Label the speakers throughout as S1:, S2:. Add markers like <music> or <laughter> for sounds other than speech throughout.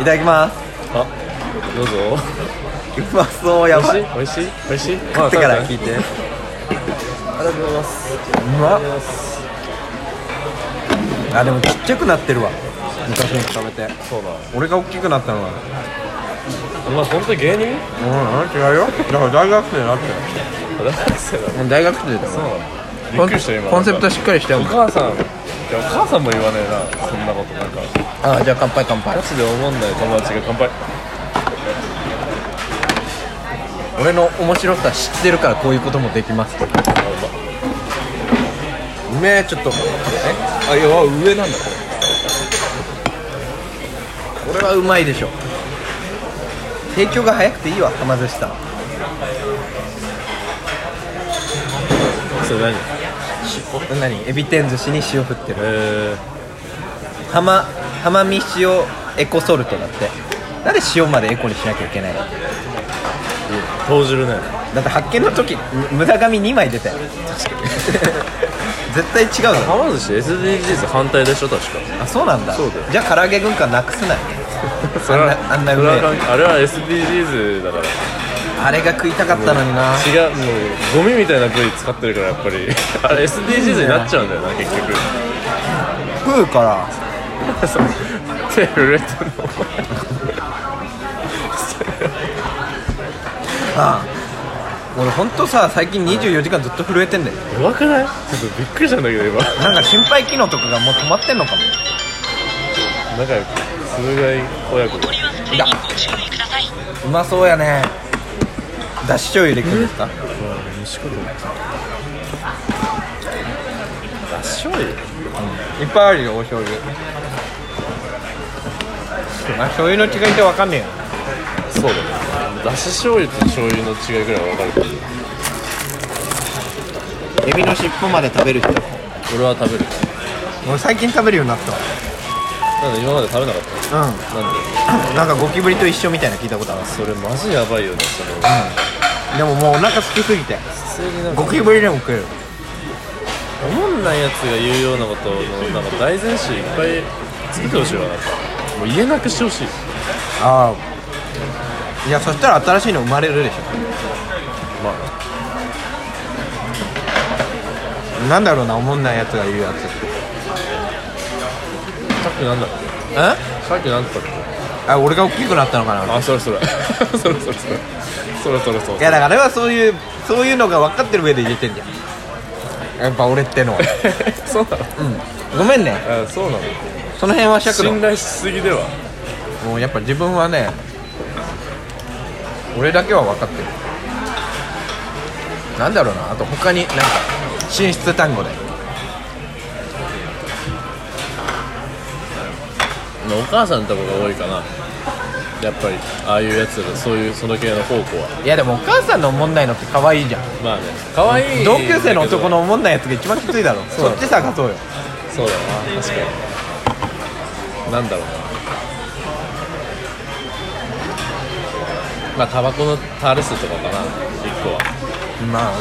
S1: いただきます
S2: あどうぞ
S1: うまそうやばい
S2: 美味しい美味しい美味しい
S1: 食ってから聞
S2: い
S1: いてう
S2: ただきます
S1: まっ
S2: ます
S1: あでもちっちゃくなってるわ昔に比べて
S2: そうだ
S1: 俺が大きくなったのは
S2: お前本当に芸人
S1: うん違うよだから大学生だって
S2: あ大学生だ
S1: もう大学生だよ
S2: そうなのびっくりした今
S1: コンセプト
S2: なんか
S1: しっかりして
S2: お
S1: よ
S2: 母さんいやお母さんも言わねえなそんなことなんか
S1: ああじゃあ乾杯乾杯
S2: ガチで思んない友達が乾杯
S1: 俺の面白さ知ってるからこういうこともできますとうめえちょっと
S2: あいや上なんだこ
S1: これはうまいでしょ提供が早くていいわ浜寿司さん
S2: れそれ何
S1: 何エビ天寿司に塩振ってる
S2: え
S1: 浜浜見塩エコソルトだってなんで塩までエコにしなきゃいけないの
S2: ー、投じるね
S1: だって発見の時む無駄紙2枚出たよ絶対違うだろ
S2: はま寿司 SDGs 反対でしょ確か
S1: あそうなんだ
S2: そうだよ
S1: じゃあ唐揚げ軍艦なくすなよあんなあんなう
S2: それ
S1: め
S2: は
S1: え
S2: あれは SDGs だから
S1: あれが食いたかったのにな
S2: 違うもうゴミみたいな部位使ってるからやっぱり <laughs> あれ SDGs になっちゃうんだよな結局
S1: 食うから
S2: そう手震えてるの
S1: ああ俺本当さ最近24時間ずっと震えてんだよ
S2: やばくないちょっとびっくりしたんだけど今
S1: なんか心肺機能とかがもう止まってんのかも
S2: 仲良く駿河井親子が
S3: プレーにご注意ください。
S1: うまそうやねだし醤油でいくんですか
S2: 西子でだし醤油
S1: いっぱいあるよお醤油まあ醤油の違いって分かんねえよ
S2: そうだねだし醤油と醤油の違いぐらいは分かるけど
S1: エビの尻尾まで食べる人
S2: 俺は食べる
S1: 俺最近食べるようになった
S2: なんで今まで食べなかっ
S1: わうん
S2: たなんで
S1: なんかゴキブリと一緒みたいな聞いたことある
S2: それマジやばいよねそれ
S1: でももうお腹空きすぎて
S2: 普通になんか
S1: ゴキブリでも食える
S2: おもんないやつが言うようなことのなんか大前詞いっぱい作ってほしいわなんかもう言えなくしてほしい
S1: ああいやそしたら新しいの生まれるでし
S2: まあ
S1: ょなんだろうなおもんないやつが言うやつ
S2: さっきなんだっ
S1: え
S2: けさっきなんだったっ
S1: あ俺が大きくなったのか
S2: け
S1: な
S2: あそれそれ <laughs> それそれそれそれそれそ
S1: い
S2: れ
S1: やだからあれはそういうそういうのが分かってる上で入れてんじゃんやっぱ俺ってのは
S2: <laughs> そうなの
S1: ごめんね
S2: あそうなの
S1: その辺は尺度
S2: 信頼しすぎでは
S1: もうやっぱ自分はね俺だけは分かってるなんだろうなあと他になんか進出単語で
S2: お母さんとこが多いかなやっぱりああいうやつらそういうその系の方向はい
S1: やでもお母さんのおもんないのって可愛いじゃん
S2: まあね可愛い
S1: 同級生の男のおもんないやつが一番きついだろ
S2: そう
S1: そ
S2: だ
S1: っち探そうよ
S2: そうだな確かになんだろうなまあタバコのタール数とかかな一個は
S1: まああ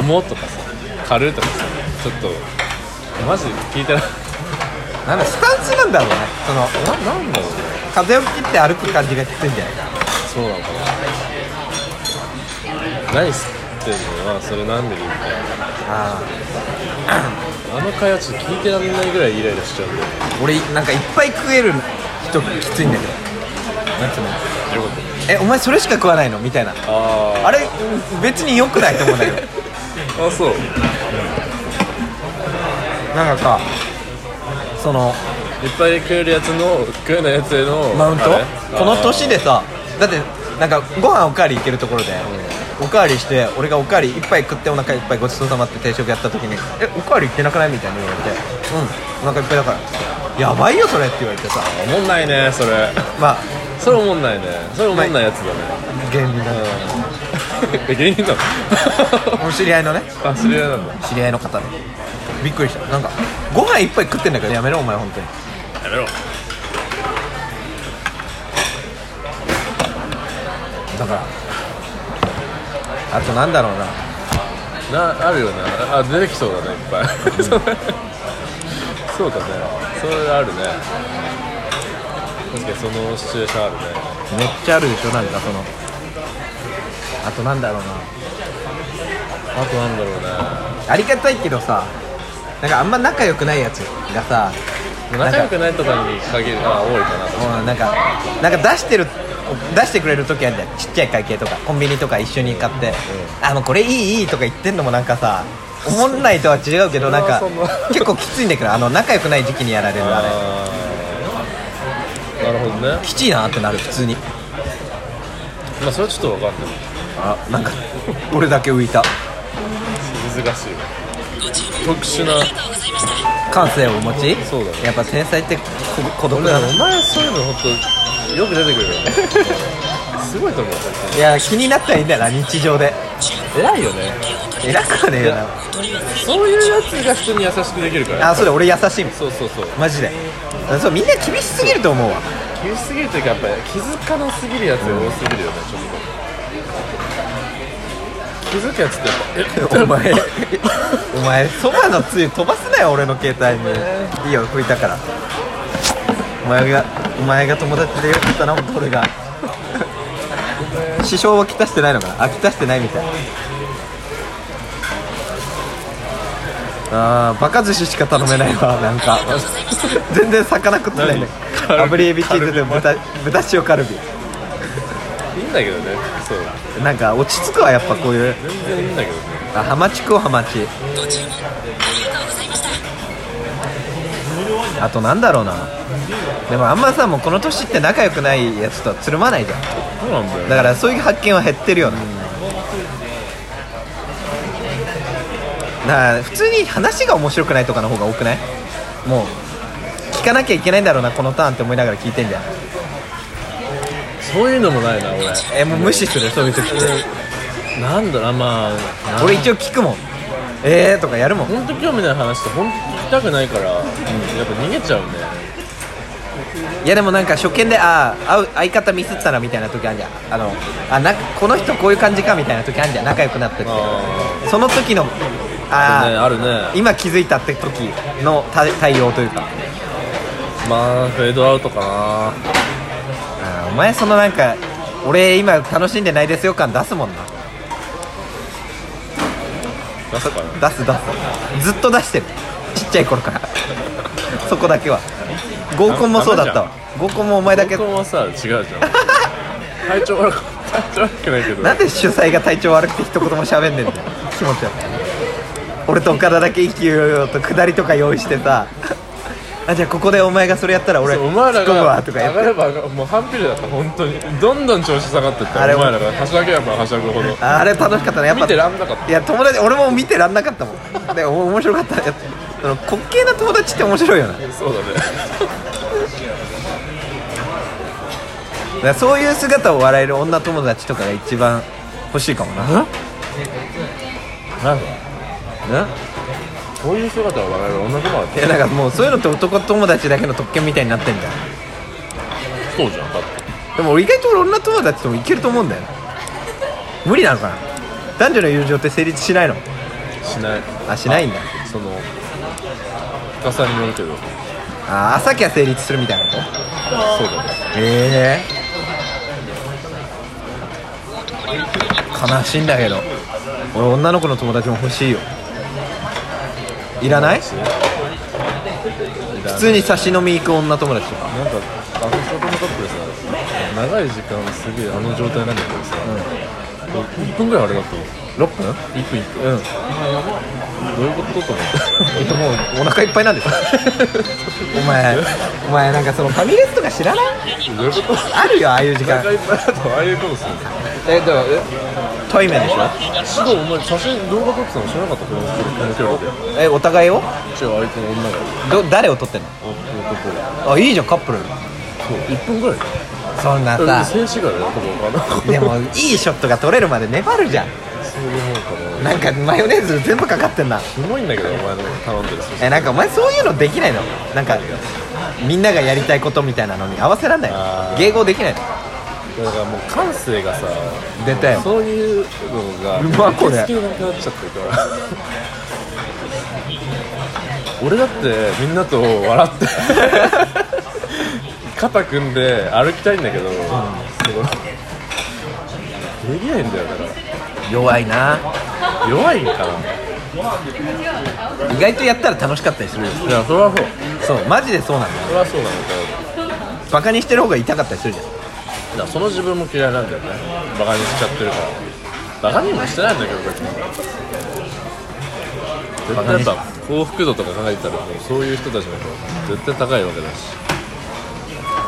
S1: の
S2: 「重」とかさ「軽」とかさちょっとマジ聞いたら
S1: なんだスタンスなんだろうねその
S2: ななんだろうね
S1: 風を切って歩く感じがきついんじゃないか
S2: そうなのかな何吸ってんのまあそれなんで言うか
S1: あ
S2: あの会話ちょっと聞いてられないぐらいイライラしちゃうんだよ
S1: あ俺なんかいっぱい食える人きついんだけどなんつうの
S2: よかっ
S1: えお前それしか食わないのみたいな
S2: たあ
S1: あれ別に良くないと思うんだけど
S2: あそう
S1: なんかさその
S2: いっぱい食えるやつの食えないやつへの
S1: マウント
S2: あれ
S1: この年でさだってなんかご飯おかわりいけるところで、おかわりして俺がおかわり一杯食ってお腹いっぱいごちそうさまって定食やった時に「えおかわりいってなくない?」みたいに言われて「うんお腹いっぱいだから」やばいよそれって言われてさ
S2: おもんないねそれ
S1: まあ
S2: それおもんないねそれおもんないやつだね、
S1: 芸人だね
S2: うんえ芸人なの
S1: お知り合いのね
S2: あ知り合いなんだ
S1: 知り合いの方でびっくりしたなんかご飯いっぱい食ってんだけどやめろお前本当に
S2: やめろ
S1: だからあとなんだろうな
S2: なあるよねあ出てき <laughs> そうだねいっぱいそうだねそれあるね確かにそのシチュエーションあるね
S1: めっちゃあるでしょなんかそのあとなんだろう
S2: あとなんだろうね
S1: なありがたいけどさなんかあんま仲良くないやつがさなん
S2: 仲
S1: か
S2: 良くないとかに限るあ多いかな確か
S1: うんなんかなんか出してる出してくれる時あるじゃんちっちゃい会計とかコンビニとか一緒に買って「あのこれいいいい」とか言ってんのもなんかさ思んないとは違うけどなんか
S2: そんな
S1: 結構きついんだけどあの仲良くない時期にやられ
S2: に
S1: るあれ
S2: あーなるほどね
S1: きちいなってなる普通に
S2: まあそれはちょっと分かんない
S1: あなんか俺だけ浮いた
S2: 難しい特殊な
S1: 感性をお持ち
S2: そうだね
S1: やっぱ天才ってこ孤独
S2: 俺
S1: だ
S2: ら
S1: な
S2: お前そういうの本当よく出てくるよねすごいと思う
S1: いや気になったらいいんだよな日常で
S2: 偉いよね
S1: 偉くはねえよな
S2: そういうやつが人に優しくできるから
S1: あそれ俺優しいもん
S2: そうそうそう
S1: マジでそうみんな厳しすぎると思うわ
S2: 厳しすぎるというかやっぱり気づかなすぎるやつが多すぎるよねちょっと気づくやつってやっぱえ
S1: お前お前そばのつゆ飛ばすなよ俺の携帯にいいよ拭いたからお前がお前が友達でよかったな本当俺が支障はきたしてないのかなあきたしてないみたいあーバカ寿司しか頼めないわなんか全然魚食ってないね
S2: 何
S1: 炙りエビチーズで豚豚塩カルビ
S2: いいんだけどねそう
S1: なんか落ち着くわやっぱこういう
S2: 全然いいんだけどね
S1: あハマチ食おうハマチあとなんだろうなでもあんまさもうこの年って仲良くないやつとはつるまないじゃん
S2: そうなんだよ
S1: だからそういう発見は減ってるよな、だから普通に話が面白くないとかの方が多くないもう聞かなきゃいけないんだろうなこのターンって思いながら聞いてんじゃん
S2: そういうのもないな俺
S1: えもう無視するそういう時
S2: なんだろうなまあ
S1: 俺一応聞くもんえーとかやるもん
S2: 本当興味ない話って本当聞きたくないから、やっぱ逃げちゃうね
S1: いやでもなんか初見でああ会う相方ミスったなみたいな時あるじゃんあのあなこの人こういう感じかみたいな時あるじゃん仲良くなった時
S2: あ
S1: その時の
S2: あ
S1: あ
S2: ね
S1: ー
S2: あるね
S1: 今気づいたって時の対対応というか
S2: まあフェードアウトか
S1: あーお前そのなんか俺今楽しんでないですよ感出すもんな
S2: な出すかな
S1: 出す出すずっと出してるちっちゃい頃からそこだけは合コンもそうだったわ合コンもお前だけ
S2: 合コンはさ違うじ
S1: <laughs>
S2: ゃん体調悪く体調悪くないけど
S1: なんで主催が体調悪くて一言も喋んねえんだよ気持ち悪い俺と岡田だけ息をよと下りとか用意してさ <laughs> あじゃあここでお前がそれやったら俺
S2: そ
S1: 突
S2: うお
S1: っ
S2: 前ら
S1: 込むわ
S2: が
S1: と
S2: 上
S1: かやっ
S2: が
S1: て
S2: れば上がもう半ピルだった本当にどんどん調子下がってった
S1: あれ
S2: お前らがはしゃげばはしゃ
S1: <laughs>
S2: ぐほど
S1: あれ楽しかったねやっぱ
S2: 見てらんなかった
S1: いや友達俺も見てらんなかったもんでお面白かったやっぱその滑稽な友達って面白いよなだか
S2: そうだね
S1: らそういう姿を笑える女友達とかが一番欲しいかもな
S2: なんか
S1: な
S2: こういう姿は我々女の子だっ
S1: いやなんかもうそういうのって男友達だけの特権みたいになってんだよ
S2: たそうじゃんだって
S1: でも俺意外と俺女友達ともいけると思うんだよ無理なのかな男女の友情って成立しないの
S2: しない
S1: あしないんだ
S2: その深さによるけど
S1: あ朝きゃ成立するみたいなこ
S2: そうだね
S1: とへえ悲しいんだけど俺女の子の友達も欲しいよいらない普通に差し飲み行く女友達とか
S2: なんかあのショートのカップルさ長い時間すげえあの状態なんだけどさ、こう1分ぐらいあれだったの
S1: 6分
S2: 1分1
S1: うん
S2: 分どういうことと思って
S1: えっと
S2: <laughs>
S1: もうお腹いっぱいなんですよお前お前なんかそのファミレスとか知らない
S2: どういうこと
S1: あるよああいう時
S2: お
S1: 間
S2: 腹いっぱいだとああいうことする
S1: えでもトイメンでしょ
S2: すごいお前写真動画撮ってたの知らなかったこの距離で
S1: えお互いを
S2: 違う相手の女が
S1: ど誰を撮ってん
S2: 男が
S1: のあいいじゃんカップル
S2: そう1分ぐらい
S1: そんな
S2: だ
S1: さ
S2: 静止画だよほぼあの
S1: で
S2: <laughs>
S1: もいいショットが撮れるまで粘るじゃん
S2: そういうもんかな
S1: なんかマヨネーズ全部かかってんな
S2: キモいんだけどお前の頼んでるし
S1: えなんかお前そういうのできないのなんかみんながやりたいことみたいなのに合わせらんないの
S2: あー
S1: 迎合できないの
S2: だからもう感性がさ
S1: 出たよ
S2: そういうのが
S1: うまこれ
S2: 受け付けなくなっちゃってるから <laughs> 俺だってみんなと笑って考肩組んで歩きたいんだけど、すごいできないんだよだから
S1: 弱いな
S2: 弱いんかない
S1: 意外とやったら楽しかったりするよ
S2: やそれはそう
S1: そうマジでそうなんだよ
S2: それはそうなのか
S1: バカにしてる方が痛かったりするじゃん
S2: だからその自分も嫌いなんだよねバカにしちゃってるからバカにもしてないんだけど別に絶対やっぱ幸福度とか考えたらもうそういう人たちの方が絶対高いわけだし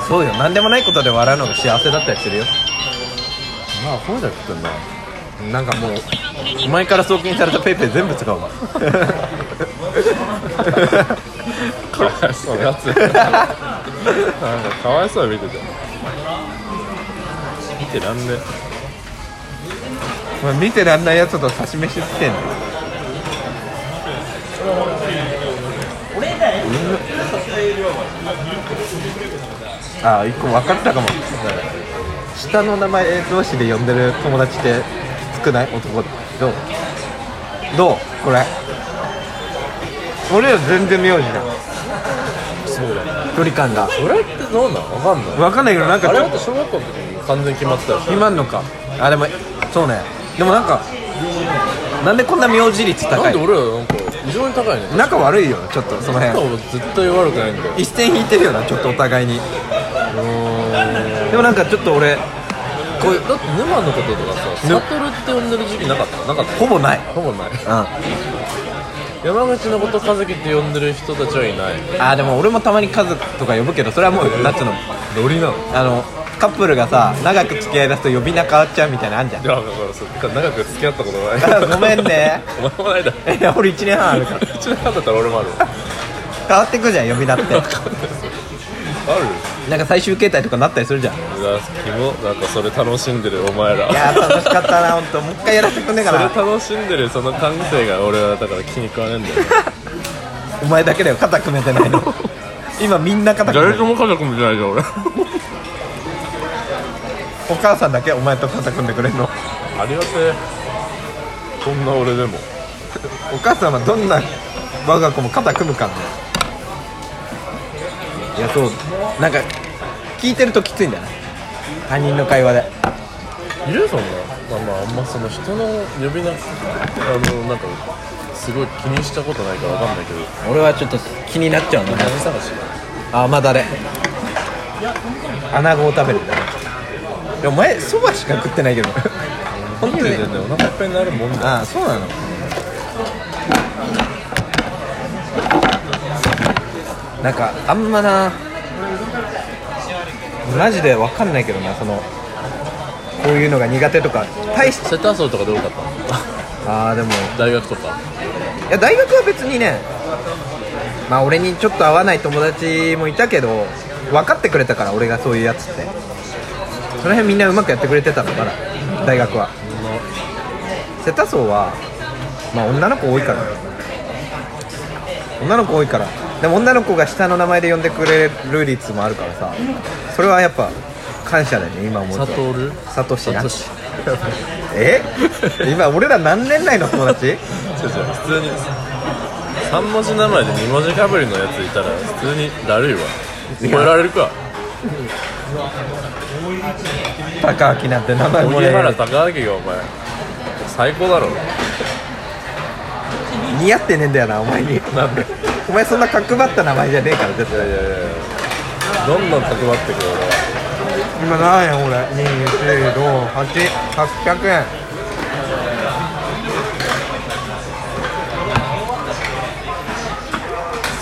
S1: そうよ何でもないことで笑うのが幸せだったりするよ
S2: まあそうだってんな
S1: なんかもうお前から送金されたペイペイ全部使うわ
S2: かわいそうなやつなんかかわいそうに見てた見てらんね
S1: お前見てらんないやつと差し飯つってんのああ一個分かったかも下の名前同士で呼んでる友達って少ない男でどうどうこれ俺ら全然名字だ
S2: そうだね
S1: 距離感が
S2: それってどうなのわかんない
S1: 分かんないけどなんか
S2: あ
S1: ち
S2: れ
S1: ょっ
S2: だ
S1: と
S2: って小学校の時に完全に決まってたでしょ
S1: 今んのかあでもそうねでもなんかなんでこんな名字率
S2: な
S1: 高
S2: ん
S1: い
S2: で俺らなんか異常に高いね
S1: 仲悪いよねちょっとその
S2: なんか
S1: 辺
S2: 俺絶対悪くないんだよ
S1: 一線引いてるよなちょっとお互いにでもなんかちょっと俺
S2: これだって沼のこととかさ
S1: ぬ
S2: 悟って呼んでる時期なかったなかっ
S1: ほぼない
S2: たほぼない
S1: うんあ
S2: 山口のこと和樹って呼んでる人たちはいない
S1: ーでも俺もたまに家族とか呼ぶけどそれはもう夏の
S2: ノリなの
S1: あのカップルがさ長く付き合いだすと呼び名変わっちゃうみたいなのあんじゃん
S2: いやだからそっか長く付き合ったこと
S1: あ
S2: ない
S1: ごめんね
S2: <laughs> お前もないだろ
S1: いや俺1年 <laughs> 半あるから
S2: うちの方だったら俺もあるあ
S1: 変わってくじゃん呼び名って
S2: <laughs>
S1: なんか最終形態とかなったりするじゃんい
S2: るうわキモなんかそれ楽しんでるお前ら
S1: やー楽しかったな本当もう一回やらせてくんねえか
S2: それ
S1: な
S2: 楽しんでるその感性が俺はだから気に食わねえんだよね
S1: お前だけだよ肩組めて
S2: <laughs>
S1: ないの今みんな肩組めてる
S2: も家族もいないじゃん俺あ
S1: お母さんだけお前と肩組んでくれるの
S2: りがてえこんな俺でも
S1: お母さんはどんな我が子も肩組むかんねいやそうなんか聞いてるときついんだよね他人の会話で
S2: いるそんなまあまああんまその人の呼び名あのなんかすごい気にしたことないからわかんないけど
S1: 俺はちょっと気になっちゃうのね
S2: 何探し
S1: あまだれ穴子を食べるんだねいやお前そばしか食ってないけど本当に
S2: だよねお腹いっぱいになるもんだ
S1: ああそうなのなんかあんまなマジでわかんないけどなそのこういうのが苦手とか大し
S2: セタソとかで多かった
S1: ああでも
S2: 大学とか
S1: いや大学は別にねまあ俺にちょっと合わない友達もいたけど分かってくれたから俺がそういうやつってその辺みんなうまくやってくれてたのから大学は瀬田荘はまあ女の子多いから女の子多いからでも女の子が下の名前で呼んでくれる率もあるからさそれはやっぱ感謝だよね今思うと
S2: サトル
S1: サトシな
S2: サトシ
S1: え <laughs> 今俺ら何年来の友達 <laughs>
S2: 違う違う普通に3文字名前で2文字かぶりのやついたら普通にだるいわ
S1: い
S2: 覚
S1: や
S2: えられるか
S1: 高明なんて名前も
S2: 荻
S1: ね
S2: 原高明がお前最高だろ
S1: 似合ってねえんだよなお前に
S2: なんでい
S1: お前そんな角張った名前じゃねえから絶
S2: や
S1: 対
S2: いやいやいやどんどん高まってくる俺
S1: 今
S2: は
S1: 何円俺2968800円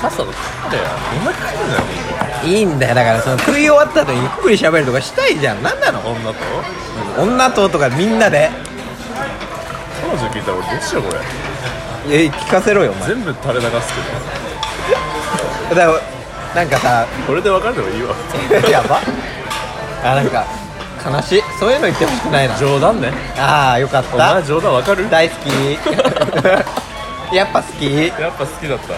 S2: さっさと食ってよお前食ってんだよ
S1: いいんだよだからその食い終わった後にゆっくり喋るとかしたいじゃん何なの
S2: 女と
S1: 女ととかみんなで
S2: 彼女聞いたら俺どうしようこれ
S1: え聞かせろよお前
S2: 全部垂れ流すけど
S1: だからなんかさ <laughs>
S2: これで別れてもいいわ
S1: やばあなんか悲しいそういうの言ってほしくないな
S2: 冗談ね
S1: ああよかっ
S2: お前
S1: た
S2: 冗談わかる
S1: 大好き <laughs> やっぱ好き
S2: やっぱ好きだった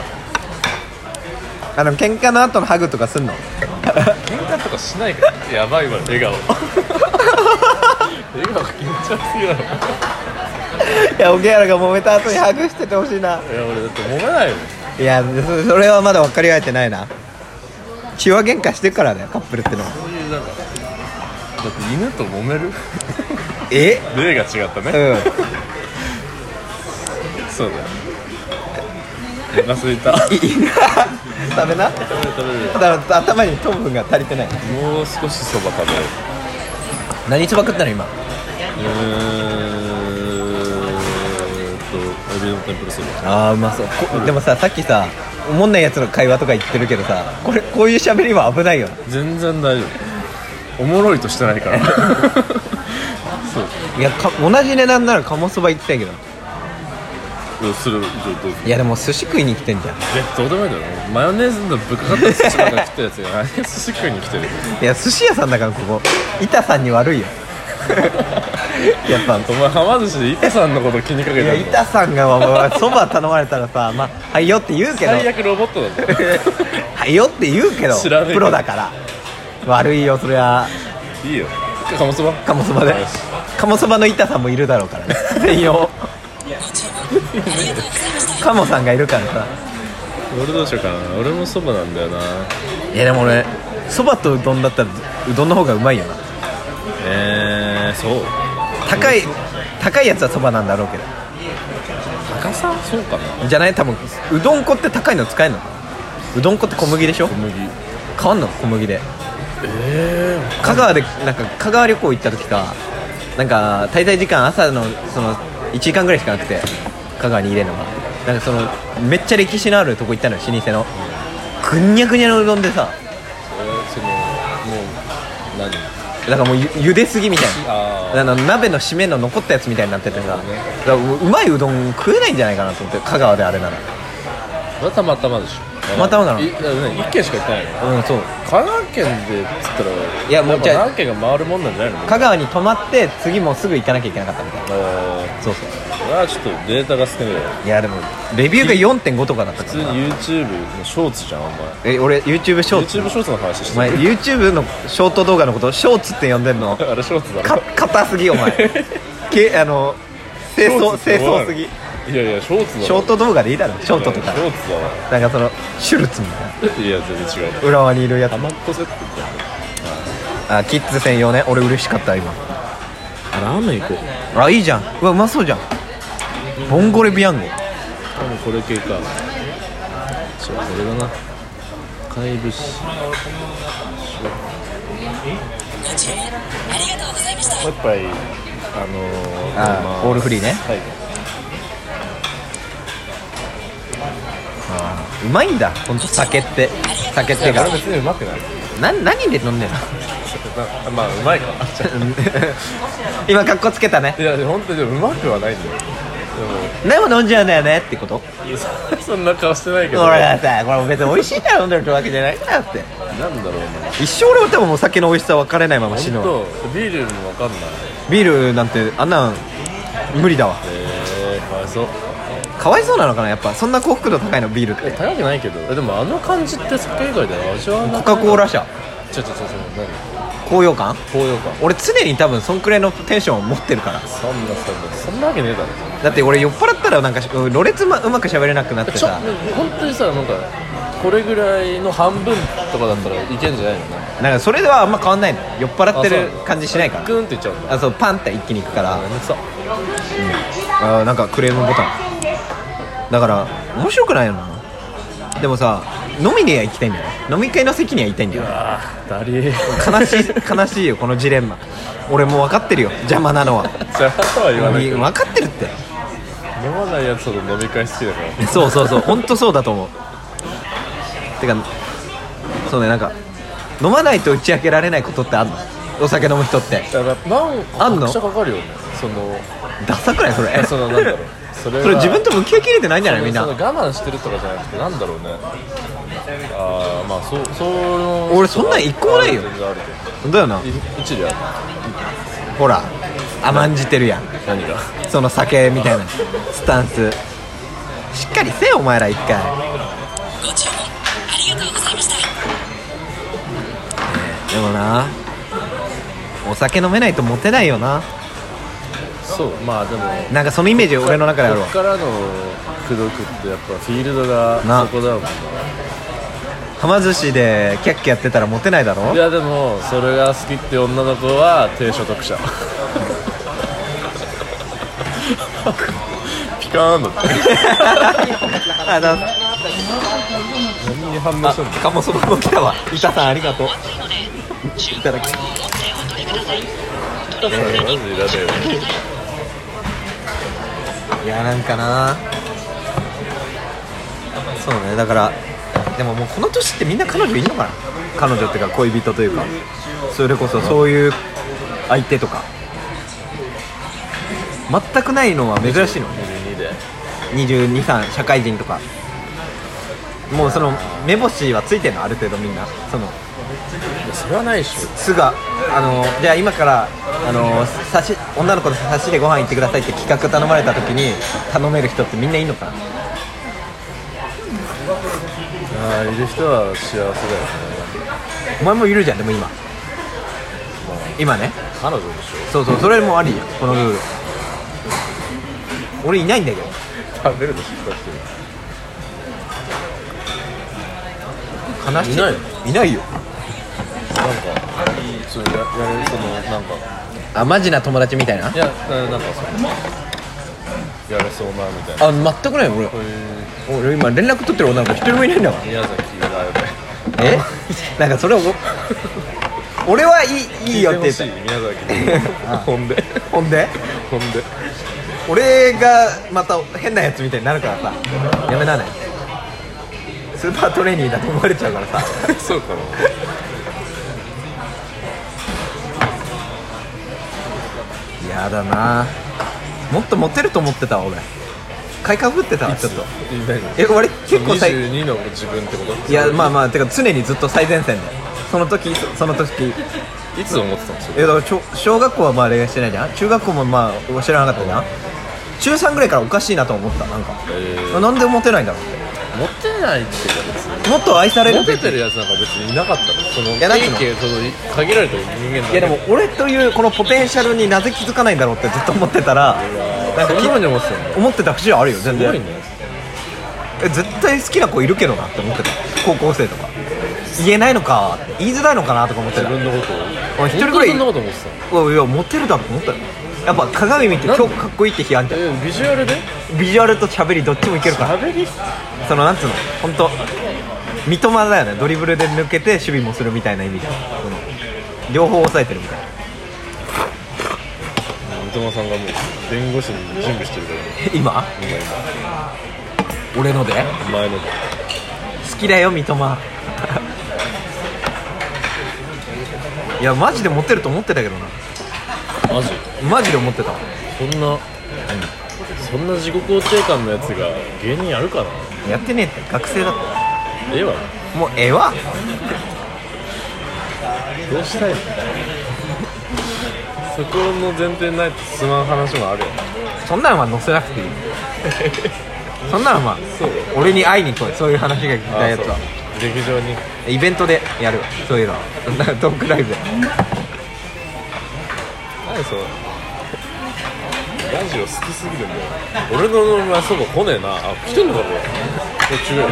S1: あの喧嘩の後のハグとかすんの
S2: 喧嘩とかしないからやばいわ笑顔笑顔緊張すぎだろ
S1: いや、おげやらが揉めた後にハグしててほしいな。
S2: いや俺だって揉めないもん
S1: いや、そそれはまだ分かり合えてないな。血は喧嘩してるからだよカップルってのは
S2: そういうなんかだって犬と揉める
S1: え
S2: 例が違ったね、
S1: う
S2: そうだよお腹すいた食
S1: んいいな食べな
S2: べる食べる
S1: ただ頭に糖分が足りてない
S2: もう少しそば食べる
S1: 何つば食ったの今
S2: うーんとエビの天ぷらそば
S1: ああうまそうこでもささっきさおもんないやつの会話とか言ってるけどさこれこういう喋りは危ないよ
S2: 全然大丈夫おもろいとしてな
S1: <laughs>
S2: いからそう
S1: いやか同じ値段なら鴨そば行きたいけど
S2: どうするどうどう
S1: いやでも寿司食いに来てんじゃん
S2: えどうでもいいだろマヨネーズのぶっかかった寿司ばっか食ってるやつが何で寿司食いに来てる
S1: いや寿司屋さんだからここ板さんに悪いよ <laughs> やっぱ
S2: お前はま寿司で板さんのこと気にかけ
S1: い
S2: て
S1: や
S2: るの
S1: 板さんがまあそば頼まれたらさ「まあ、はいよ」って言うけど
S2: 最悪ロボットだぞ
S1: 「はいよ」って言うけど
S2: 知らねえ
S1: プロだから悪いよそりゃ
S2: いいよ鴨そば
S1: 鴨そばで
S2: よし
S1: 鴨そばの板さんもいるだろうからね専用鴨さんがいるからさ
S2: 俺どうしようかな俺もそばなんだよない
S1: やでも俺そばとうどんだったらうどんの方がうまいよな
S2: えー、そう
S1: 高い高いやつはそばなんだろうけど
S2: 高さそうかな
S1: じゃない多分うどん粉って高いの使えんのうどん粉って小麦でしょ
S2: 小麦
S1: 変わんの小麦で
S2: え
S1: 香川でなんか香川旅行行った時さなんか滞在時間朝のその1時間ぐらいしかなくて香川に入れるのがなんかそのめっちゃ歴史のあるとこ行ったのよ老舗のぐんにゃぐにゃのうどんでさ
S2: ー、そのもう何
S1: だからもうゆゆですぎみたい
S2: あ
S1: なあの鍋の締めの残ったやつみたいになっててさだ
S2: なるほどね
S1: からううまいうどん食えないんじゃないかなと思って香川であれなら
S2: それはたまたまでしょ
S1: またまなの
S2: いいやね一軒しか行ってないの
S1: うんそう
S2: 香川県でっつったら
S1: いやもう
S2: っ
S1: じゃあ
S2: 何軒が回るもんなんじゃないの
S1: 香川に泊まって次もうすぐ行かなきゃいけなかったみたいな
S2: あ
S1: そうそう
S2: ーそれはちょっとデータが少ない
S1: いやでもレビューが4.5とかだったか
S2: 普通
S1: ら
S2: に
S1: な
S2: YouTube のショーツじゃんお前
S1: え俺 YouTube ショーツ
S2: YouTube ショーツの話し
S1: お
S2: て
S1: 前
S2: る
S1: YouTube のショート動画のことショーツって呼んでん
S2: <laughs>
S1: の
S2: あれショーツだろ
S1: か硬すぎお前
S2: <laughs>
S1: けあの清掃
S2: ショーツって
S1: 清
S2: 思わな
S1: 掃
S2: い
S1: すぎ
S2: いやいやショーツだろ
S1: ショート動画でいいだろショートとか
S2: ショーツだ
S1: なんかそのシュルツみたい
S2: わいや全然違う
S1: な浦和にいるやつ
S2: たまっこセットみたい
S1: あキッズ専用ね俺嬉しかった今
S2: なラーメン行こう
S1: あいいじゃんうわうまそうじゃんボンゴレビアンゴ
S2: 多分これ系かそうこれだな貝節も
S3: ご注文ありがとうございました。
S2: う一杯あのー、飲みま
S1: あ
S2: す
S1: オールフリーね
S2: はい
S1: うまいんだ本当酒って酒って
S2: あ
S1: が
S2: れ別にうまくない
S1: な何で飲んでんの <laughs>
S2: なまあうまいか
S1: 今カッコつけたね
S2: いや本当にでもうまくはないんだよ
S1: でも飲んじゃうんだよねってこと
S2: でもそそんな顔してないけど
S1: 俺
S2: な
S1: はさこれ別に美味しいから飲んでるってわけじゃないんだって
S2: んだろうな
S1: 一生俺は多分もう酒の美味しさ分かれないまま死ぬわ
S2: 本当ビールもわかんない
S1: ビールなんてあんなん無理だわ
S2: えー、かわいそう
S1: かわいそうなのかなやっぱそんな幸福度高いのビールって
S2: 高くないけどえでもあの感じって酒以外では味わわな
S1: コ
S2: い
S1: カ・コーラ社
S2: ちょちょちょちょ何
S1: 高揚感
S2: 高揚感
S1: 俺常に多分そんくらいのテンションを持ってるから
S2: そんなそんなそんなわけねえだろ
S1: だって俺酔っ払ったらなんかろれつまうまく喋れなくなって
S2: ちょ
S1: さ
S2: 本当にさなんかこれぐらいの半分とかだったらいけんじゃないのね
S1: なんかそれではあんま変わんないの酔っ払ってる
S2: あそう
S1: 感じしないか
S2: グ
S1: ら
S2: ーンっていっちゃうんだ
S1: あそうパンって一気にいくから
S2: あめんどくさ
S1: あーなんかクレームボタンだから面白くないよなでもさ飲みには行きたいんだよ飲み会の席には行きたいんだよ
S2: あだりー
S1: 悲しい
S2: <laughs>
S1: 悲しいよこのジレンマ俺もう分かってるよ邪魔なのは
S2: じゃあとは言わないけ
S1: 分
S2: ど
S1: かってるって
S2: 飲まないやつほど飲み会好きだから
S1: そうそうそう本当そうだと思うてかそうねなんか飲まないと打ち明けられないことってあんのお酒飲む人って
S2: だからなんか
S1: あんの
S2: 拍車かかるよねその
S1: ダサくないそれ
S2: そのなんだろう <laughs> それは
S1: それ自分と向き合いきれてないんじゃないみん
S2: そ
S1: な
S2: の我慢してるとかじゃなくてなんだろうねああまあそうそう
S1: 俺そんなん一個もないよ
S2: 全然ある
S1: だよな
S2: けどい一理ある
S1: ほら甘んじてるやん
S2: 何が
S1: その酒みたいなスタンスしっかりせえお前ら一回
S3: ご注文ありがとうございました。
S1: でもなお酒飲めないとモテないよな
S2: そうまあでも
S1: なんかそのイメージ俺の中である
S2: こ
S1: わ
S2: っからの口説くってやっぱフィールドが
S1: な
S2: そこだもんな
S1: はま寿司でキャッキャやってたらモテないだろ
S2: いやでもそれが好きって女の子は低所得者ピカーンだって
S1: あだ
S2: 何に反応
S1: あ
S2: してんの
S1: かもそばも来たわ板さんありがとういただき
S2: それマジいらねえよ
S1: いやなんかなそうねだからでももうこの年ってみんな彼女いんのかな彼女っていうか恋人というかそれこそそういう相手とか全くないのは珍しいの
S2: 22で
S1: 22歳社会人とかもうその目星はついてんのある程度みんなその
S2: いやそれはないでしょ
S1: すがあのじゃあ今からあの差し女の子の差しでご飯行ってくださいって企画頼まれた時に頼める人ってみんないんのかな
S2: ああいる人は幸せだよね
S1: お前もいるじゃんでも今今ね
S2: 彼女でし
S1: そうそうそれもありやんこのルール俺いないんだけど
S2: ょ食べるの失敗してる
S1: 悲しい
S2: いない
S1: いないよ
S2: なんかそれややれそのなんか
S1: あマジな友達みたいない
S2: やななんかそのやれそうなみたいな
S1: あ全くないよ俺
S2: そういう
S1: 俺今連絡取ってる女の子一人もいないんだわ
S2: 宮崎がや
S1: え <laughs> なんかそれを俺はいいいいよって
S2: 聞
S1: 言
S2: い
S1: ってた
S2: ほしい宮崎で <laughs> ほんで
S1: ほんで
S2: ほんで
S1: 俺がまた変なやつみたいになるからさやめなねスーパートレーニーだと思われちゃうからさ
S2: そうかな
S1: やだなもっとモテると思ってたわ俺買いかぶってたわちょっと
S2: いないの
S1: え俺結構最
S2: 22の自分ってこと
S1: いやまあまあてか常にずっと最前線でその時その時
S2: いつ思ってたんですよ
S1: えだから小小学校はまあ恋愛してないじゃん中学校もまあ知らなかったじゃん中3ぐらいからおかしいなと思ったなんか、
S2: え
S1: なんでモテないんだろうっ
S2: モテないっていうか別に
S1: てもっと愛される
S2: モテてるやつなんか別にいなかったのその
S1: いやなんか
S2: 経験その限られた人間なん
S1: いやでも俺というこのポテンシャルになぜ気づかないんだろうってずっと思ってたらなん
S2: そ
S1: か
S2: んなふうに思ってたの
S1: 思ってた節はあるよ全
S2: すごい
S1: 然
S2: ね
S1: え絶対好きな子いるけどなって思ってた高校生とか言えないのかって言いづらいのかなとか思って
S2: 自
S1: た
S2: 分のこと
S1: あ
S2: を
S1: 一人ぐらい
S2: 本当にそんなこと思ってたの
S1: おいやモテるだろうと思ったよやっぱ鏡見て
S2: な
S1: 今
S2: んで
S1: 日かっこいいって日あんじゃん
S2: えビジュアルで
S1: ビジュアルと喋りどっちもいけるから
S2: 喋り
S1: そのなんつうの本当三笘だよねドリブルで抜けて守備もするみたいな意味でその両方抑えてるみたいな <laughs>
S2: 三笘さんがもう弁護士に準備してるからね
S1: 今
S2: 今
S1: 俺ので
S2: 今前の
S1: 好きだよ三笘いやマジでモテると思ってたけどな
S2: マジ
S1: マジで思ってた
S2: そんなそんな自己肯定感のやつが芸人やるかな
S1: やってねえって学生だっ
S2: ええわ
S1: たもうええわ
S2: どうしたいのそこの前提ないとすまん話もあるよ
S1: そんなのは載せなく <laughs> ていいそんなのはま
S2: そう
S1: あ俺に会いに来いそういう話が聞き
S2: あ
S1: たいやつは
S2: そう劇場に
S1: イベントでやるわそういう <laughs> のはそんなトークライブで
S2: 何それラジオ好きすぎるんだよ俺の名前そうか来ねえなあ来てんのかこれ違う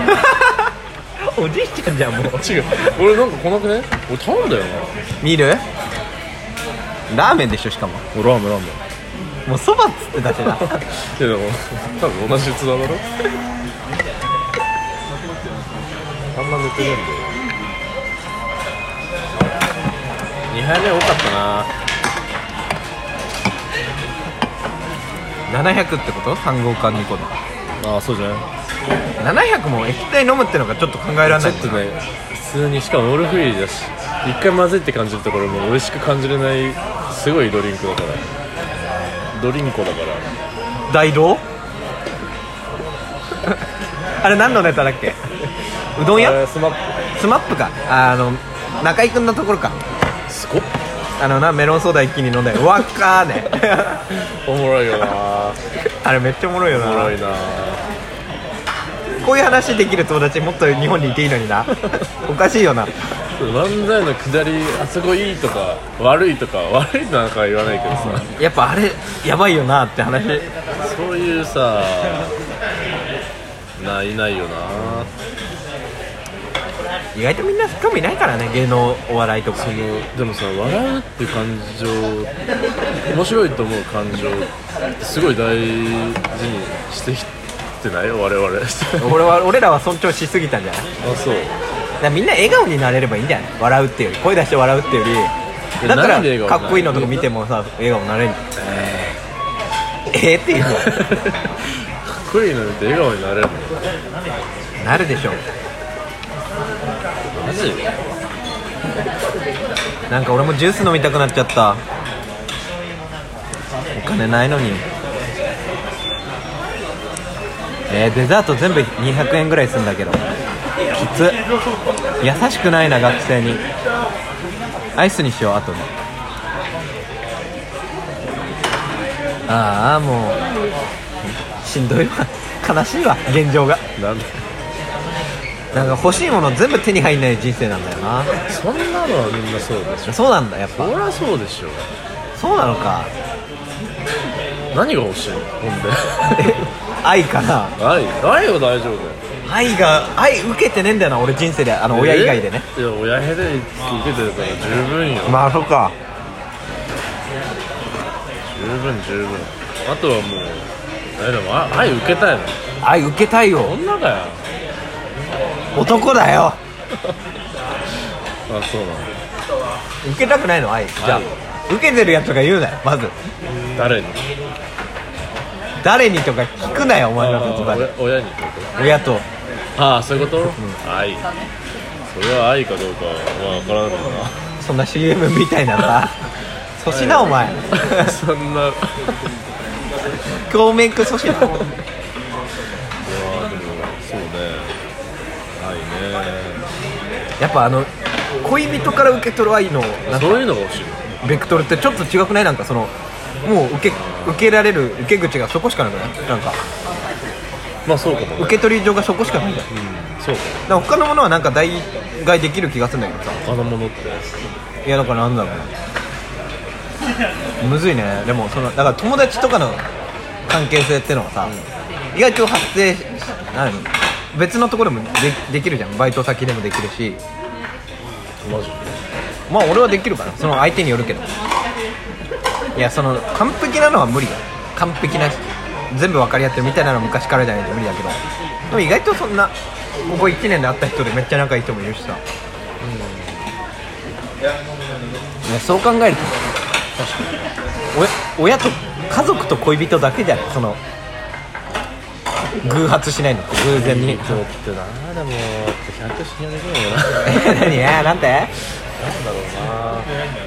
S1: おじいちゃんじゃんもう
S2: 違う俺なんか来なくね俺頼んだよな
S1: 見るラーメンでしょしかも
S2: 俺ラーメンラーメン
S1: もうそばっつってたしな <laughs>
S2: いやでも多分同じ器だろあんま寝てるんで2杯目多かったな
S1: 700ってこと3号館2個の
S2: ああそうじゃな
S1: 700も液体飲むってのがちょっと考えられ
S2: いち
S1: な
S2: ょ
S1: い
S2: っとね普通にしかもオールフリーだし一回混ぜって感じるところも美味しく感じれないすごいドリンクだからドリンコだから
S1: 大道 <laughs> あれ何のネタだっけうどん
S2: あ
S1: 屋
S2: れスマッ
S1: スマップかあの中居君のところか
S2: プすごっ
S1: あのなメロンソーダ一気に飲んだよわっかーね
S2: おもろいよな
S1: <laughs> あれめっちゃおもろいよ
S2: おも
S1: な
S2: ろいな
S1: こういう話できる友達もっと日本にいていいのに <laughs> なおかしいよな
S2: 漫才の下りあそこいいとか悪いとか悪いなんかは言わないけどさ
S1: やっぱあれやばいよなって話
S2: そういうさないないよな
S1: 意外とみんな興味ないからね芸能お笑いとか
S2: そのでもさ笑うっていう感情面白いと思う感情ってすごい大事にしてきてない <laughs> 我々あそう
S1: 俺は俺らは尊重しすぎたんじゃないだからみんな笑顔になれればいいんじゃない笑うっていうより声出して笑うっていうより
S2: や
S1: だか
S2: なんで笑
S1: ら
S2: 顔になる
S1: かっこいいのとか見てもさ笑顔になれるえー、えーっていうの
S2: かっこいいの見て笑顔になれるの
S1: なるでしょ
S2: マジ
S1: なんか俺もジュース飲みたくなっちゃったお金ないのにえー、デザート全部200円ぐらいすんだけどきつ優しくないな学生にアイスにしようあとねああもうしんどいわ悲しいわ現状が
S2: なんで
S1: なんか欲しいもの全部手に入んない人生なんだよな
S2: そんなのはみんなそうでしょ
S1: そうなんだやっ
S2: そ
S1: ぱ
S2: りゃそうでしょ
S1: そうなのか
S2: 何が欲しいのほんで <laughs>
S1: え <laughs> 愛かな
S2: 愛愛は大丈夫だよ
S1: 愛が愛受けてねえんだよな俺人生であの親以外でね
S2: えいや親へで受けてるから十分よ
S1: まあそっか
S2: 十分十分あとはもうえでもあ愛受けたいの
S1: 愛受けたいよ
S2: 女だよ
S1: 男だよ
S2: あそうなの
S1: 受けたくないの愛じゃあ
S2: 愛
S1: 受けてるやつが言うなよまず
S2: 誰に
S1: 誰にとか聞くなよお前の言葉で
S2: あ親親にってこ
S1: 親と
S2: とああそういうこと、愛それは愛かどうかは分からないな
S1: そんな CM みたいな <laughs> さ粗品お前
S2: <laughs> そんな
S1: 強メイク粗品
S2: いやでもそうね愛ね
S1: やっぱあの恋人から受け取る愛のなんか
S2: そういうのが欲しいの
S1: ベクトルってちょっと違くないなんかそのもう受け受けられる受け口がそこしかなくないなんか
S2: まあそうかも、ね、
S1: 受け取り上がそこしかないじゃん
S2: うんそうか
S1: だから他のものはなんか代替できる気がするんだけどさ
S2: 他のものって
S1: いやだからなんだろうねむずいねでもそのだから友達とかの関係性ってのはさ、意外と発生し何別のところでもでできるじゃんバイト先でもできるし
S2: マジで
S1: まあ俺はできるからその相手によるけどいやその完璧なのは無理だ完璧な全部分かり合ってるみたいなのは昔からじゃないと無理だけどでも意外とそんなここ1年で会った人でめっちゃ仲いい人もいるしさ、いやそう考えるとお親と家族と恋人だけじゃないその偶発しないのって偶然に
S2: 人ってなでも100信用できないよな
S1: <laughs> 何 <laughs> えな
S2: <laughs>
S1: んて
S2: なんだろ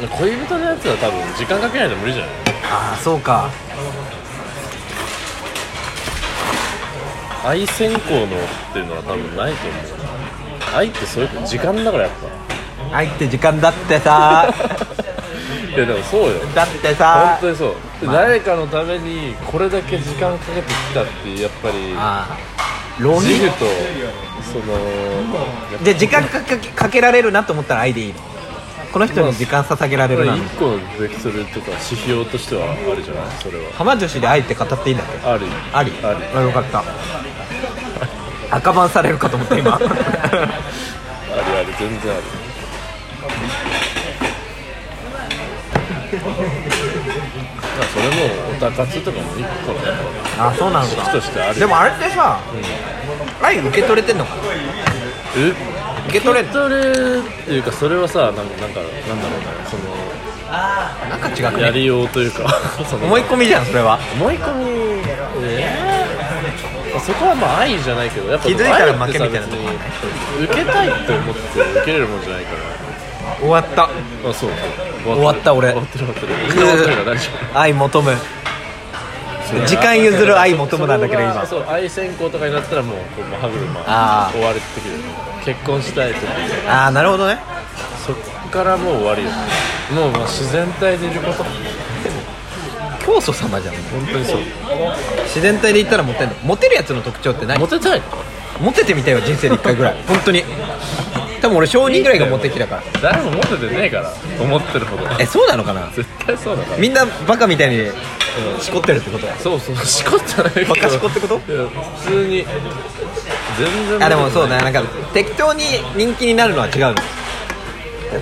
S2: うな恋人のやつは多分時間かけないと無理じゃない
S1: ああそうか
S2: 愛選考のっていうのは多分ないと思う愛ってそういうこと時間だからやっ
S1: 入って時間だってさ
S2: ぱいやでもそうよ
S1: だって
S2: 本
S1: さ
S2: 当にそう、誰かのためにこれだけ時間かけてきたってやっぱり
S1: ああ浪
S2: 自負
S1: 人
S2: とそのやっ
S1: じゃあ時間かけかけられるなと思ったら愛でいいのこの人に時間捧げら
S2: ぱ
S1: れる
S2: り
S1: な
S2: 一個のベクトルとか指標としてはあるじゃないそれは
S1: 浜女子で愛って語っていいんだっけ
S2: ある
S1: あり
S2: あり
S1: あよかった赤番されるかと思った <laughs> 今
S2: あるある全然あるまあそれもオタ活とかも一個のやっ
S1: あそうなの
S2: ぱ
S1: か
S2: としてある
S1: でもあれってさ、愛受け取れてんのか
S2: え
S1: 受け取れんの
S2: それっていうかそれはさなんかなんかなんだろうなその
S1: なんか違く
S2: や
S1: ね
S2: りようというか <laughs> その
S1: 思い込みじゃんそれは
S2: 思い込みえーそこはまあ愛じゃないけどやっぱ
S1: 気づいたら負けみ
S2: 愛って
S1: たい
S2: さ
S1: な
S2: 別
S1: とこ
S2: に受けたいって思って受けれるもんじゃないから
S1: 終わった
S2: あそう
S1: 終わった俺
S2: 終わってる終わってるみんな終わってるから大丈夫
S1: 愛求む時間譲る愛求むなんだけど
S2: そこが
S1: 今
S2: そう愛選考とかになったらもうこう歯車
S1: あー
S2: 終わるってくる結婚したい時
S1: ああなるほどね
S2: そこからもう終わりよもうまあ自然体でいること本
S1: 教祖様じゃん
S2: 当にそう
S1: 自然体で言ったらモテるのモテるやつの特徴って何
S2: モテたい
S1: モテてみたいよ人生で1回ぐらい本当に多分俺小人ぐらいがモテ期だから
S2: 誰もモテてねえから思ってるほど
S1: えそうなのかな
S2: 絶対そうだから
S1: みんなバカみたいにしこってるってこと
S2: そうそうしこってないけど
S1: バカしこってこと
S2: いや普通に全然
S1: あでもそうねなんか適当に人気になるのは違うの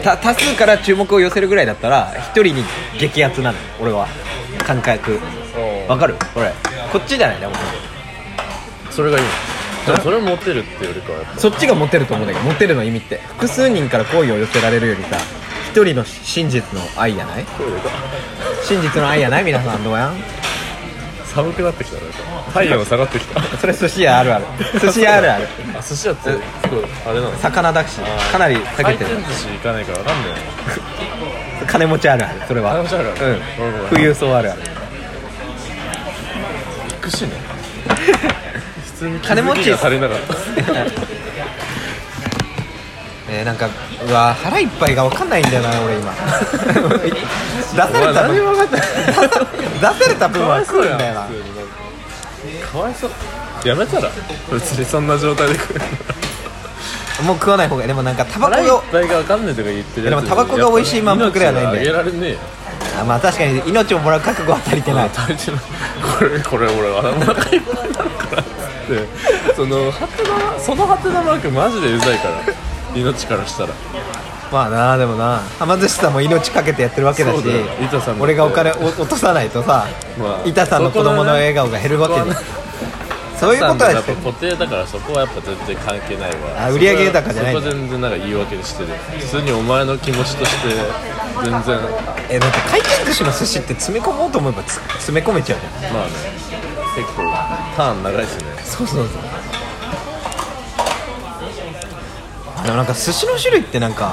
S1: た多数から注目を寄せるぐらいだったら一人に激アツなの俺は感覚
S2: そう
S1: わかるこれこっちじゃないでも
S2: それがいいのでもそれを持てるっていうよりかはやっぱ
S1: そっちがモテると思うんだけどモテるの意味って複数人から好意を寄せられるよりさ一人の真実の愛やない
S2: 声が
S1: 真実の愛やない皆さんどうやん
S2: 寒くなってきたなんか体温下がってきた
S1: それ寿司屋あるある寿司屋ある <laughs> ある
S2: あ寿司屋ってすごいあれなの
S1: 魚だしかなり避けて
S2: 回
S1: る
S2: 転寿司行かないからわかんない
S1: 金持ちあるあるそれは
S2: 金持ちあるある
S1: うん富裕層ある <laughs> ある
S2: びっくりしいね普通に
S1: 金持ち
S2: 気づきが足りなかった
S1: えー、なんかうわ腹いっぱいが分かんないんだよな俺今 <laughs> 出された分
S2: お前何も分か
S1: 出された分は食うんだよな
S2: 普通になんかかわいそうやめたら別にそんな状態で食う
S1: もう食わない方がでもなんかタバコ
S2: 腹いっ
S1: が
S2: ぱいが分かんないとか言ってるや
S1: で
S2: つ
S1: もタバコが美味しい満腹ではないんだよ
S2: 命あげられねえよ
S1: あまあ確かに命をもらう覚悟は足りて
S2: <laughs>
S1: ない
S2: 足りてないこれこれ俺お腹いっぱいになるからっつってそのハテナそのハテナマークマジでうざいから命からしたら
S1: まあなでもなはま寿司さんも命かけてやってるわけだし
S2: そうだよ板さんだって
S1: 俺がお金を落とさないとさ、
S2: まあ
S1: 板さんの子供の笑顔が減るわけ
S2: そこ
S1: に
S2: はね
S1: そういうことは
S2: や
S1: で
S2: っ
S1: す
S2: ぱ固定だからそこはやっぱ全然関係ないわ
S1: あ売上高じゃない
S2: そこは全然なんか言い訳にしてる普通にお前の気持ちとして全然
S1: えだって回転寿司の寿司って詰め込もうと思えばつ詰め込めちゃうじゃん
S2: まあね結構ターン長いですね
S1: そうそうそうでもなんか寿司の種類ってなんか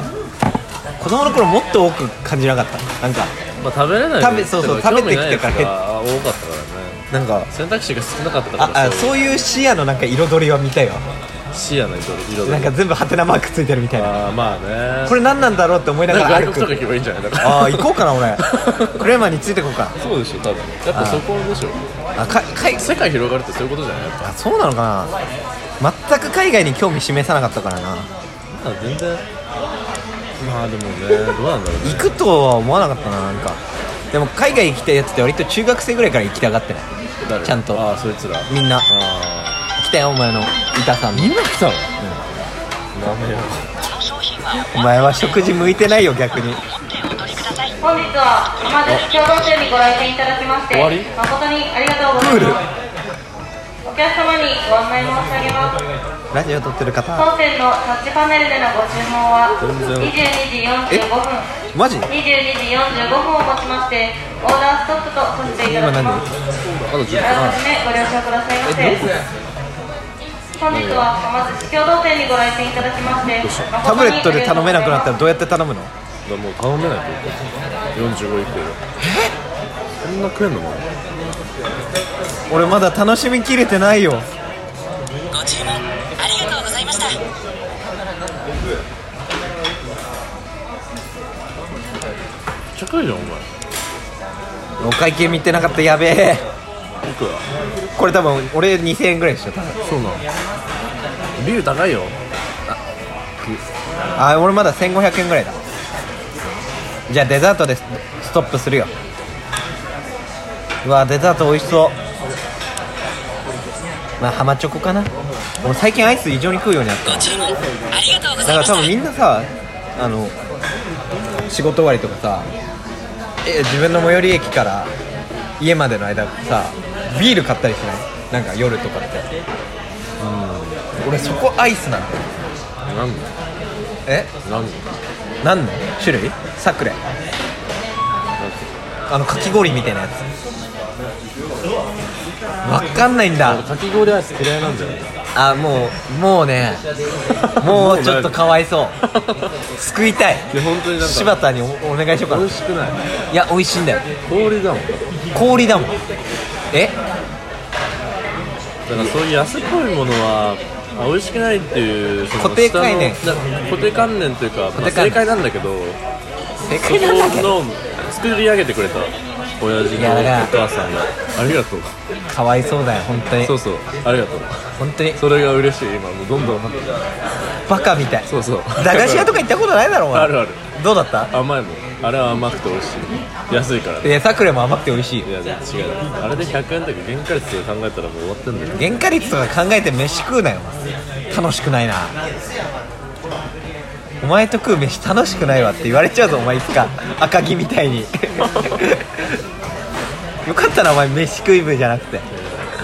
S1: 子供の頃もっと多く感じなかったなんか
S2: まあ食べれない
S1: 食べそうそう食べてきてから
S2: 興味ないやつが多かったからね
S1: なんか
S2: 選択肢が少なかったから
S1: ああそう
S2: いう
S1: いう視野のなんか彩りは見たいわ
S2: 視野の色
S1: なんか全部ハテナマークついてるみたいな
S2: ああまあね
S1: これ何なんだろうって思いなが
S2: なんから外
S1: 歩
S2: 国と
S1: く
S2: か行けばいいんじゃないだから
S1: ああ行こうかな俺 <laughs> クレーマーについてこうか
S2: そうでしょ多分やっぱそこでしょ
S1: あかかい
S2: 世界広がるってそういうことじゃないやっ
S1: あそうなのかな全く海外に興味示さなかったからな
S2: ぱまあ全然まあでもねどうなんだろうね
S1: 行くとは思わなかったななんかでも海外行きたいやつって割と中学生ぐらいから行きたがってない
S2: 誰
S1: ちゃんと
S2: ああそいつら
S1: みんな
S2: ああ
S1: 来たよお前の板さん
S2: みんな来たのダメよ
S1: お前は食事向いてないよ逆に
S4: 本日は浜寿司共同店にご来店いただきまして
S2: 終わり
S4: 誠にありがとうございますお客様にご案内申し上げます
S1: ラジオ撮ってる方
S4: 当店のタッチパネルでのご注文は
S2: 全然
S4: 22時45分
S1: マジ
S4: 22時45分をもちましてオーダーストップとさせていただきます
S2: あと10分
S4: あらかじめご了承くださいませ本日は浜寿司共同店にご来店いただきまして
S1: タブレットで頼めなくなったらどうやって頼むの
S2: だからもう頼めないと45以降えそんな食えんのも
S1: 俺まだ楽しみきれてないよ
S3: ご注文ありがとうございました
S2: ちゃくいじゃんお前
S1: お会計見てなかったやべえ
S2: いくら
S1: これ多分俺2000円ぐらいでしょ多分
S2: そうなのビール高いよ
S1: あ俺まだ1500円ぐらいだじゃあデザートでスストップするようわデザート美味しそうまあ浜チョコかな俺最近アイス異常に食うようになった
S3: ご注文ありがとうござ
S1: だ
S3: い
S1: から
S3: ました
S1: 多分みんなさあの仕事終わりとかさえ自分の最寄り駅から家までの間さビール買ったりしないなんか夜とかってうん俺そこアイスなんだよ
S2: 何の
S1: え
S2: 何の
S1: 何の種類サクレあのかき氷みたいなやつわかんないんだ
S2: かき氷アイス嫌いなんじゃない
S1: あもうもうねもうちょっとかわいそう救いたい
S2: いや本当になんか
S1: 柴田におお願いしようか
S2: 美
S1: な
S2: 味しくない
S1: いや美味しいんだよ
S2: 氷だもんだか
S1: 氷だもんえ
S2: らそういう安っぽいものはあ美味しくないっていうその
S1: 固定概念
S2: 下のな固定観念というか、まあ
S1: 固定観念
S2: 正解なんだけど
S1: 正
S2: そこの作り上げてくれた親父
S1: い
S2: のお
S1: やだから
S2: 母さんがありがとう
S1: かわいそうだよ本当に
S2: そうそうありがとう
S1: 本当に
S2: それが嬉しい今もうどんどん
S1: バカみたい
S2: そうそう
S1: 駄菓子屋とか行ったことないだろお前
S2: <laughs> あるある
S1: どうだった
S2: 甘いもんあれは甘くて美味しい安いからね
S1: でサクレも甘くて美味しい
S2: いや違うあれで100円だけ原価率で考えたらもう終わってんだよ
S1: 原価率とか考えて飯食うなよ楽しくないなお前と食う飯楽しくないわって言われちゃうぞお前いつか赤木みたいに <laughs> よかったなお前飯食い部じゃなくて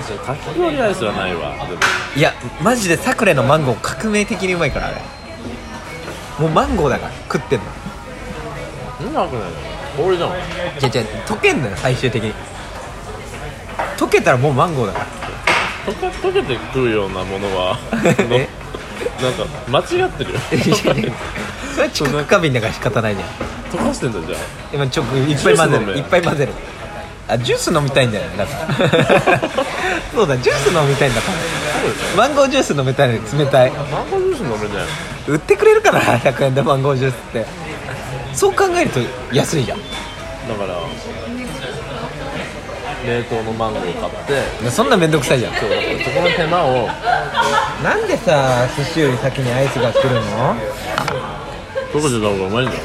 S2: そうかき氷アイスはないわでも
S1: いやマジでサクレのマンゴー革命的にうまいからあれもうマンゴーだから食ってんの
S2: そんなわけないよ氷じゃん
S1: じゃじゃ溶けんのよ最終的に溶けたらもうマンゴーだから
S2: 溶か溶けてくるようなもの <laughs> は
S1: え
S2: のなんか間違ってる <laughs> よ
S1: いやいやそれは知覚過敏だから仕方ないじゃん
S2: 溶かしてんだじゃ
S1: 今ちょっといっぱい混ぜ
S2: ジュース飲め
S1: るいっぱい混ぜるあジュース飲みたいんだよねだから <laughs> そうだジュース飲みたいんだから
S2: あそうでしょ
S1: マンゴージュース飲めたいのに冷たい
S2: マンゴージュース飲めない
S1: 売ってくれるから100円でマンゴージュースってそう考えると安いじゃん
S2: だから冷凍のマンゴー買って
S1: そんな面倒くさいじゃん
S2: そうそこの手間を
S1: なんでさ寿司より先にアイスが来るの
S2: 溶かしてた方がうまいんだろ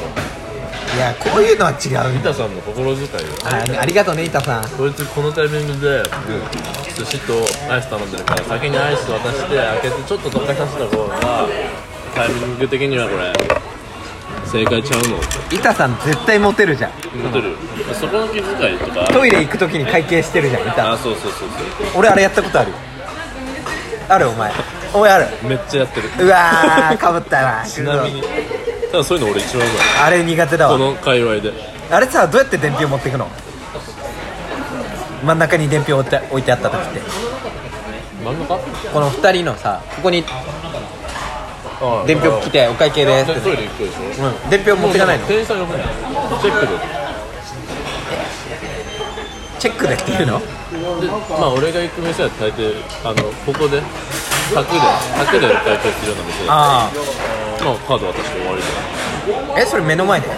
S1: いやこういうのは違う
S2: 板さんの心遣いを
S1: あありがとうね板さん
S2: こいつこのタイミングで寿司とアイス頼んでるから先にアイス渡して開けてちょっと溶かさせた方がタイミング的にはこれ正解ちゃうの
S1: 板さん絶対モテるじゃん
S2: モテるそこの気遣いとか
S1: トイレ行く時に会計してるじゃん
S2: あ
S1: 板
S2: そうそうそうそ
S1: 俺あれやったことあるよあるお前お前ある
S2: うめっちゃやってる
S1: うわーかぶったな
S2: ちなみにただそういうの俺一番うま
S1: あれ苦手だ
S2: いこ
S1: わ
S2: の界隈で
S1: あれさどうやって伝票持ってくの真ん中に伝票置いて置いてあった時って
S2: 真ん中
S1: この2人のさここに伝票来
S2: て
S1: てお会計ですっ
S2: トイ
S1: て、
S2: レ行くでしょ
S1: うん、伝票持ってかないの
S2: 店員さん呼ぶのチェックで
S1: チェックでっていうの
S2: でまあ俺が行く店は大抵あのここで柵で柵で大抵するような店ま
S1: あ
S2: あカード渡して終わりじ
S1: あえそれ目の前で
S2: ゃ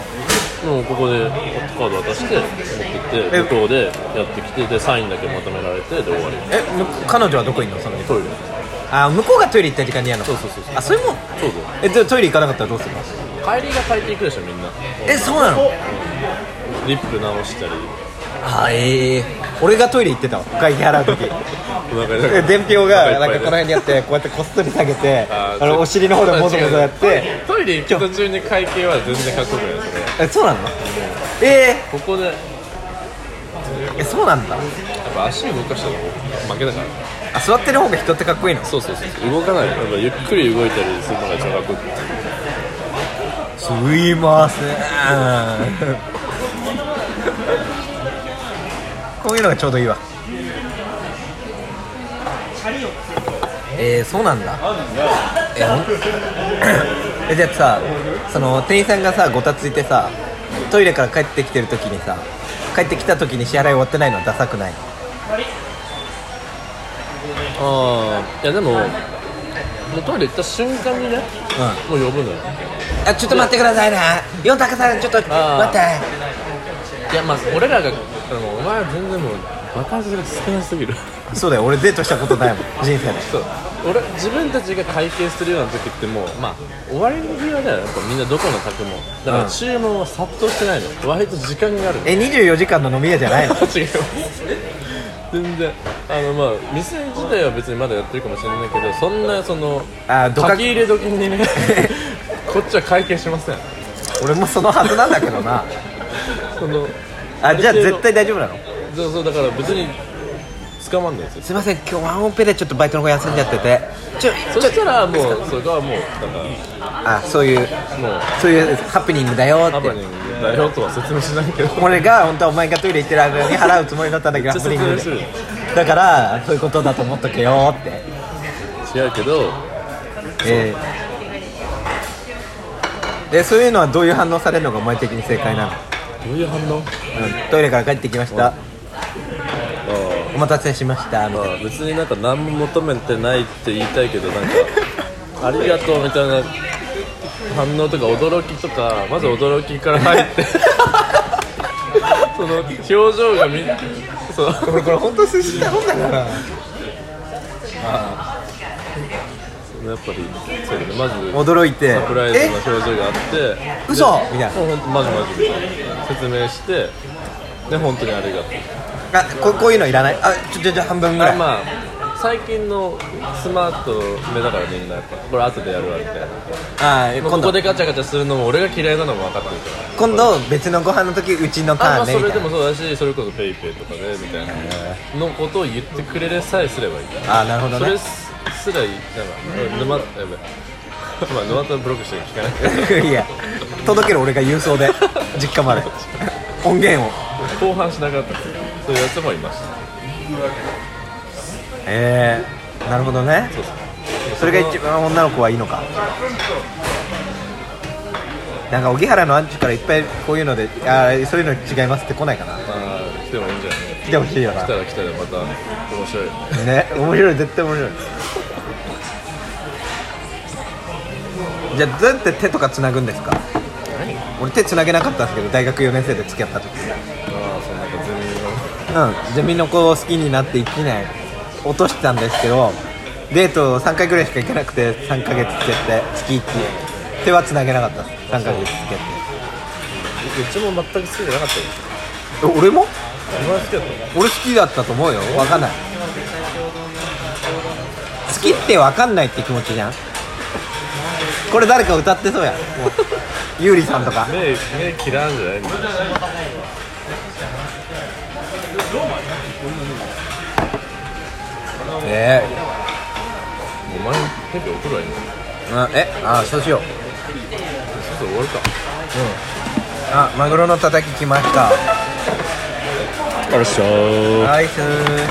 S2: んもうここでカード渡して持ってって
S1: え
S2: 向こうでやってきてでサインだけまとめられてで終わり
S1: えむ彼女はどこいんのその時
S2: トイレ
S1: あー向こうがトイレ行った時間にやるのそうそうそうあそういうもん
S2: そうぞ
S1: えじゃあトイレ行かなかったらどうするの
S2: 帰りが帰っていくでしょみんな
S1: えそうなの
S2: リップ直したり
S1: あーええ俺がトイレ行ってたわお会計払う時
S2: お腹
S1: で伝票がなんかこの
S2: い
S1: 辺にあってこうやってこっそり下げて
S2: あ
S1: あ
S2: ー
S1: のお尻の方でもぞもぞやって
S2: トイレ行く途中に会計は全然かっこよくないですね
S1: えそうなのえ
S2: ここでやっ
S1: ー、えそうなんだ
S2: ぱ足動かしたら負けだから
S1: あ座ってる方が人ってかっこいいの
S2: そうそうそう動かないやっぱゆっくり動いたりするのが一番かっこいい
S1: すいませんこういうのがちょうどいいわえー、そうなんだえほんえじゃあさその店員さんがさごたついてさトイレから帰ってきてる時にさ帰ってきた時に支払い終わってないのはダサくないの
S2: ああいやでももうトイレ行った瞬間にね
S1: うん
S2: もう呼ぶのよ
S1: あちょっと待ってくださいね四高さんちょっと待
S2: あー
S1: って
S2: いやまあ俺らがあのお前は全然もう爆発が少なすぎる
S1: そうだよ俺デートしたことないもん人生で
S2: そう俺自分たちが会計するような時ってもうまあ終わり際だよやっぱみんなどこの宅もだか
S1: うん
S2: ら注文は殺到してないの割と時間があるの違う
S1: え24時間の飲み屋じゃないの
S2: <laughs> 全然あのまあ店自体は別にまだやってるかもしれないけどそんなその
S1: あーどか
S2: 書き入れ時
S1: <laughs>
S2: にねこっちは会計しません
S1: 俺もそのはずなんだけどな
S2: その
S1: あじゃあ
S2: ある程度
S1: 絶対大丈夫なの
S2: そうそうだから別に捕まんないんです
S1: すい
S2: よ
S1: ません今日ワンオペでちょっとバイトの子休んじゃっててちょ
S2: そしたらもうそれはもうだか
S1: あそういう
S2: らもう
S1: そういうハプニングだよ
S2: ハ
S1: っ
S2: プ
S1: て
S2: ニングだよとは説明しないけど
S1: 俺が本当はお前がトイレ行ってる間に払うつもりだったんだけど
S2: め
S1: ハ
S2: っちゃ
S1: プニング
S2: 説明
S1: でだからそういうことだと思っとけよって
S2: 違うけど
S1: えーえそういうのはどういう反応されるのがお前的に正解なの
S2: どういう反応
S1: うんトイレから帰ってきました
S2: あ
S1: お待たせしましたみ
S2: あ
S1: たい
S2: まあ別になんか何も求めてないって言いたいけどなんかありがとうみたいな反応とか驚きとかまず驚きから入ってその表情がみんそう
S1: なこれこれ本当寿司だもんだから
S2: やっぱりそうだねまず
S1: 驚いて
S2: サプライズの表情があって
S1: 嘘
S2: で
S1: みたいな
S2: もうほんとマジマジみたいな説明してで本当にありがとう
S1: あここういうのいらないあちょじゃあじゃあ半分ぐら
S2: あ
S1: い、
S2: まあ最近のスマート目だからみんなやっぱこれ後でやるわみたいな
S1: あー
S2: こ
S1: 今
S2: こ
S1: 度
S2: でガチャガチャするのも俺が嫌いなのも分かってるから
S1: 今度別のご飯の時うちのタ
S2: あ
S1: ー
S2: まあ
S1: ンね
S2: そ
S1: み
S2: れ
S1: た
S2: で
S1: いな
S2: もそうだしそれこそ PayPay とかでみたいなのことを言ってくれれさえすればいいから
S1: あーなるほど
S2: そ
S1: ね
S2: れすすらいいなんか沼やべ <laughs> まあ沼田のブロックしてる聞かないけ
S1: <laughs>
S2: ど
S1: いや届ける俺が郵
S2: <laughs>
S1: 送で実家まで音源を
S2: 後半しなかったですよそういうやつもいました
S1: ええなるほどね
S2: そうそう
S1: それが一番女の子はいいのかなんか荻原のアンチからいっぱいこういうのであーそういうの違いますって来ないかな
S2: まあ来てもいいんじゃない
S1: 来てほしいよな
S2: 来たら来たらまた面白い
S1: ね面白い絶対面白いじゃあどうやって手とかつなぐんですか俺手つなげなかったんですけど大学4年生で付き合った時うんじ
S2: ああそんなんか全然
S1: ゃあみんなこう好きになって1年落としてたんですけどデート3回ぐらいしか行けなくて3ヶ月付き合って月1手はつなげなかったです3ヶ月付き合
S2: うちも全く好きじゃなかったです
S1: ってえ俺も
S2: お前好きだった
S1: 俺好きだったと思うよ分かんない好きって分かんないって気持ちじゃんこれ誰か歌ってそう <laughs> やもうゆうりさんとか
S2: 目目切らんじゃないの
S1: え
S2: お前手で怒るわよ
S1: ー、あえあそうしよう
S2: ちょっと終わるか
S1: あマグロのたたき来ました
S2: よっしゃー
S1: ナイスー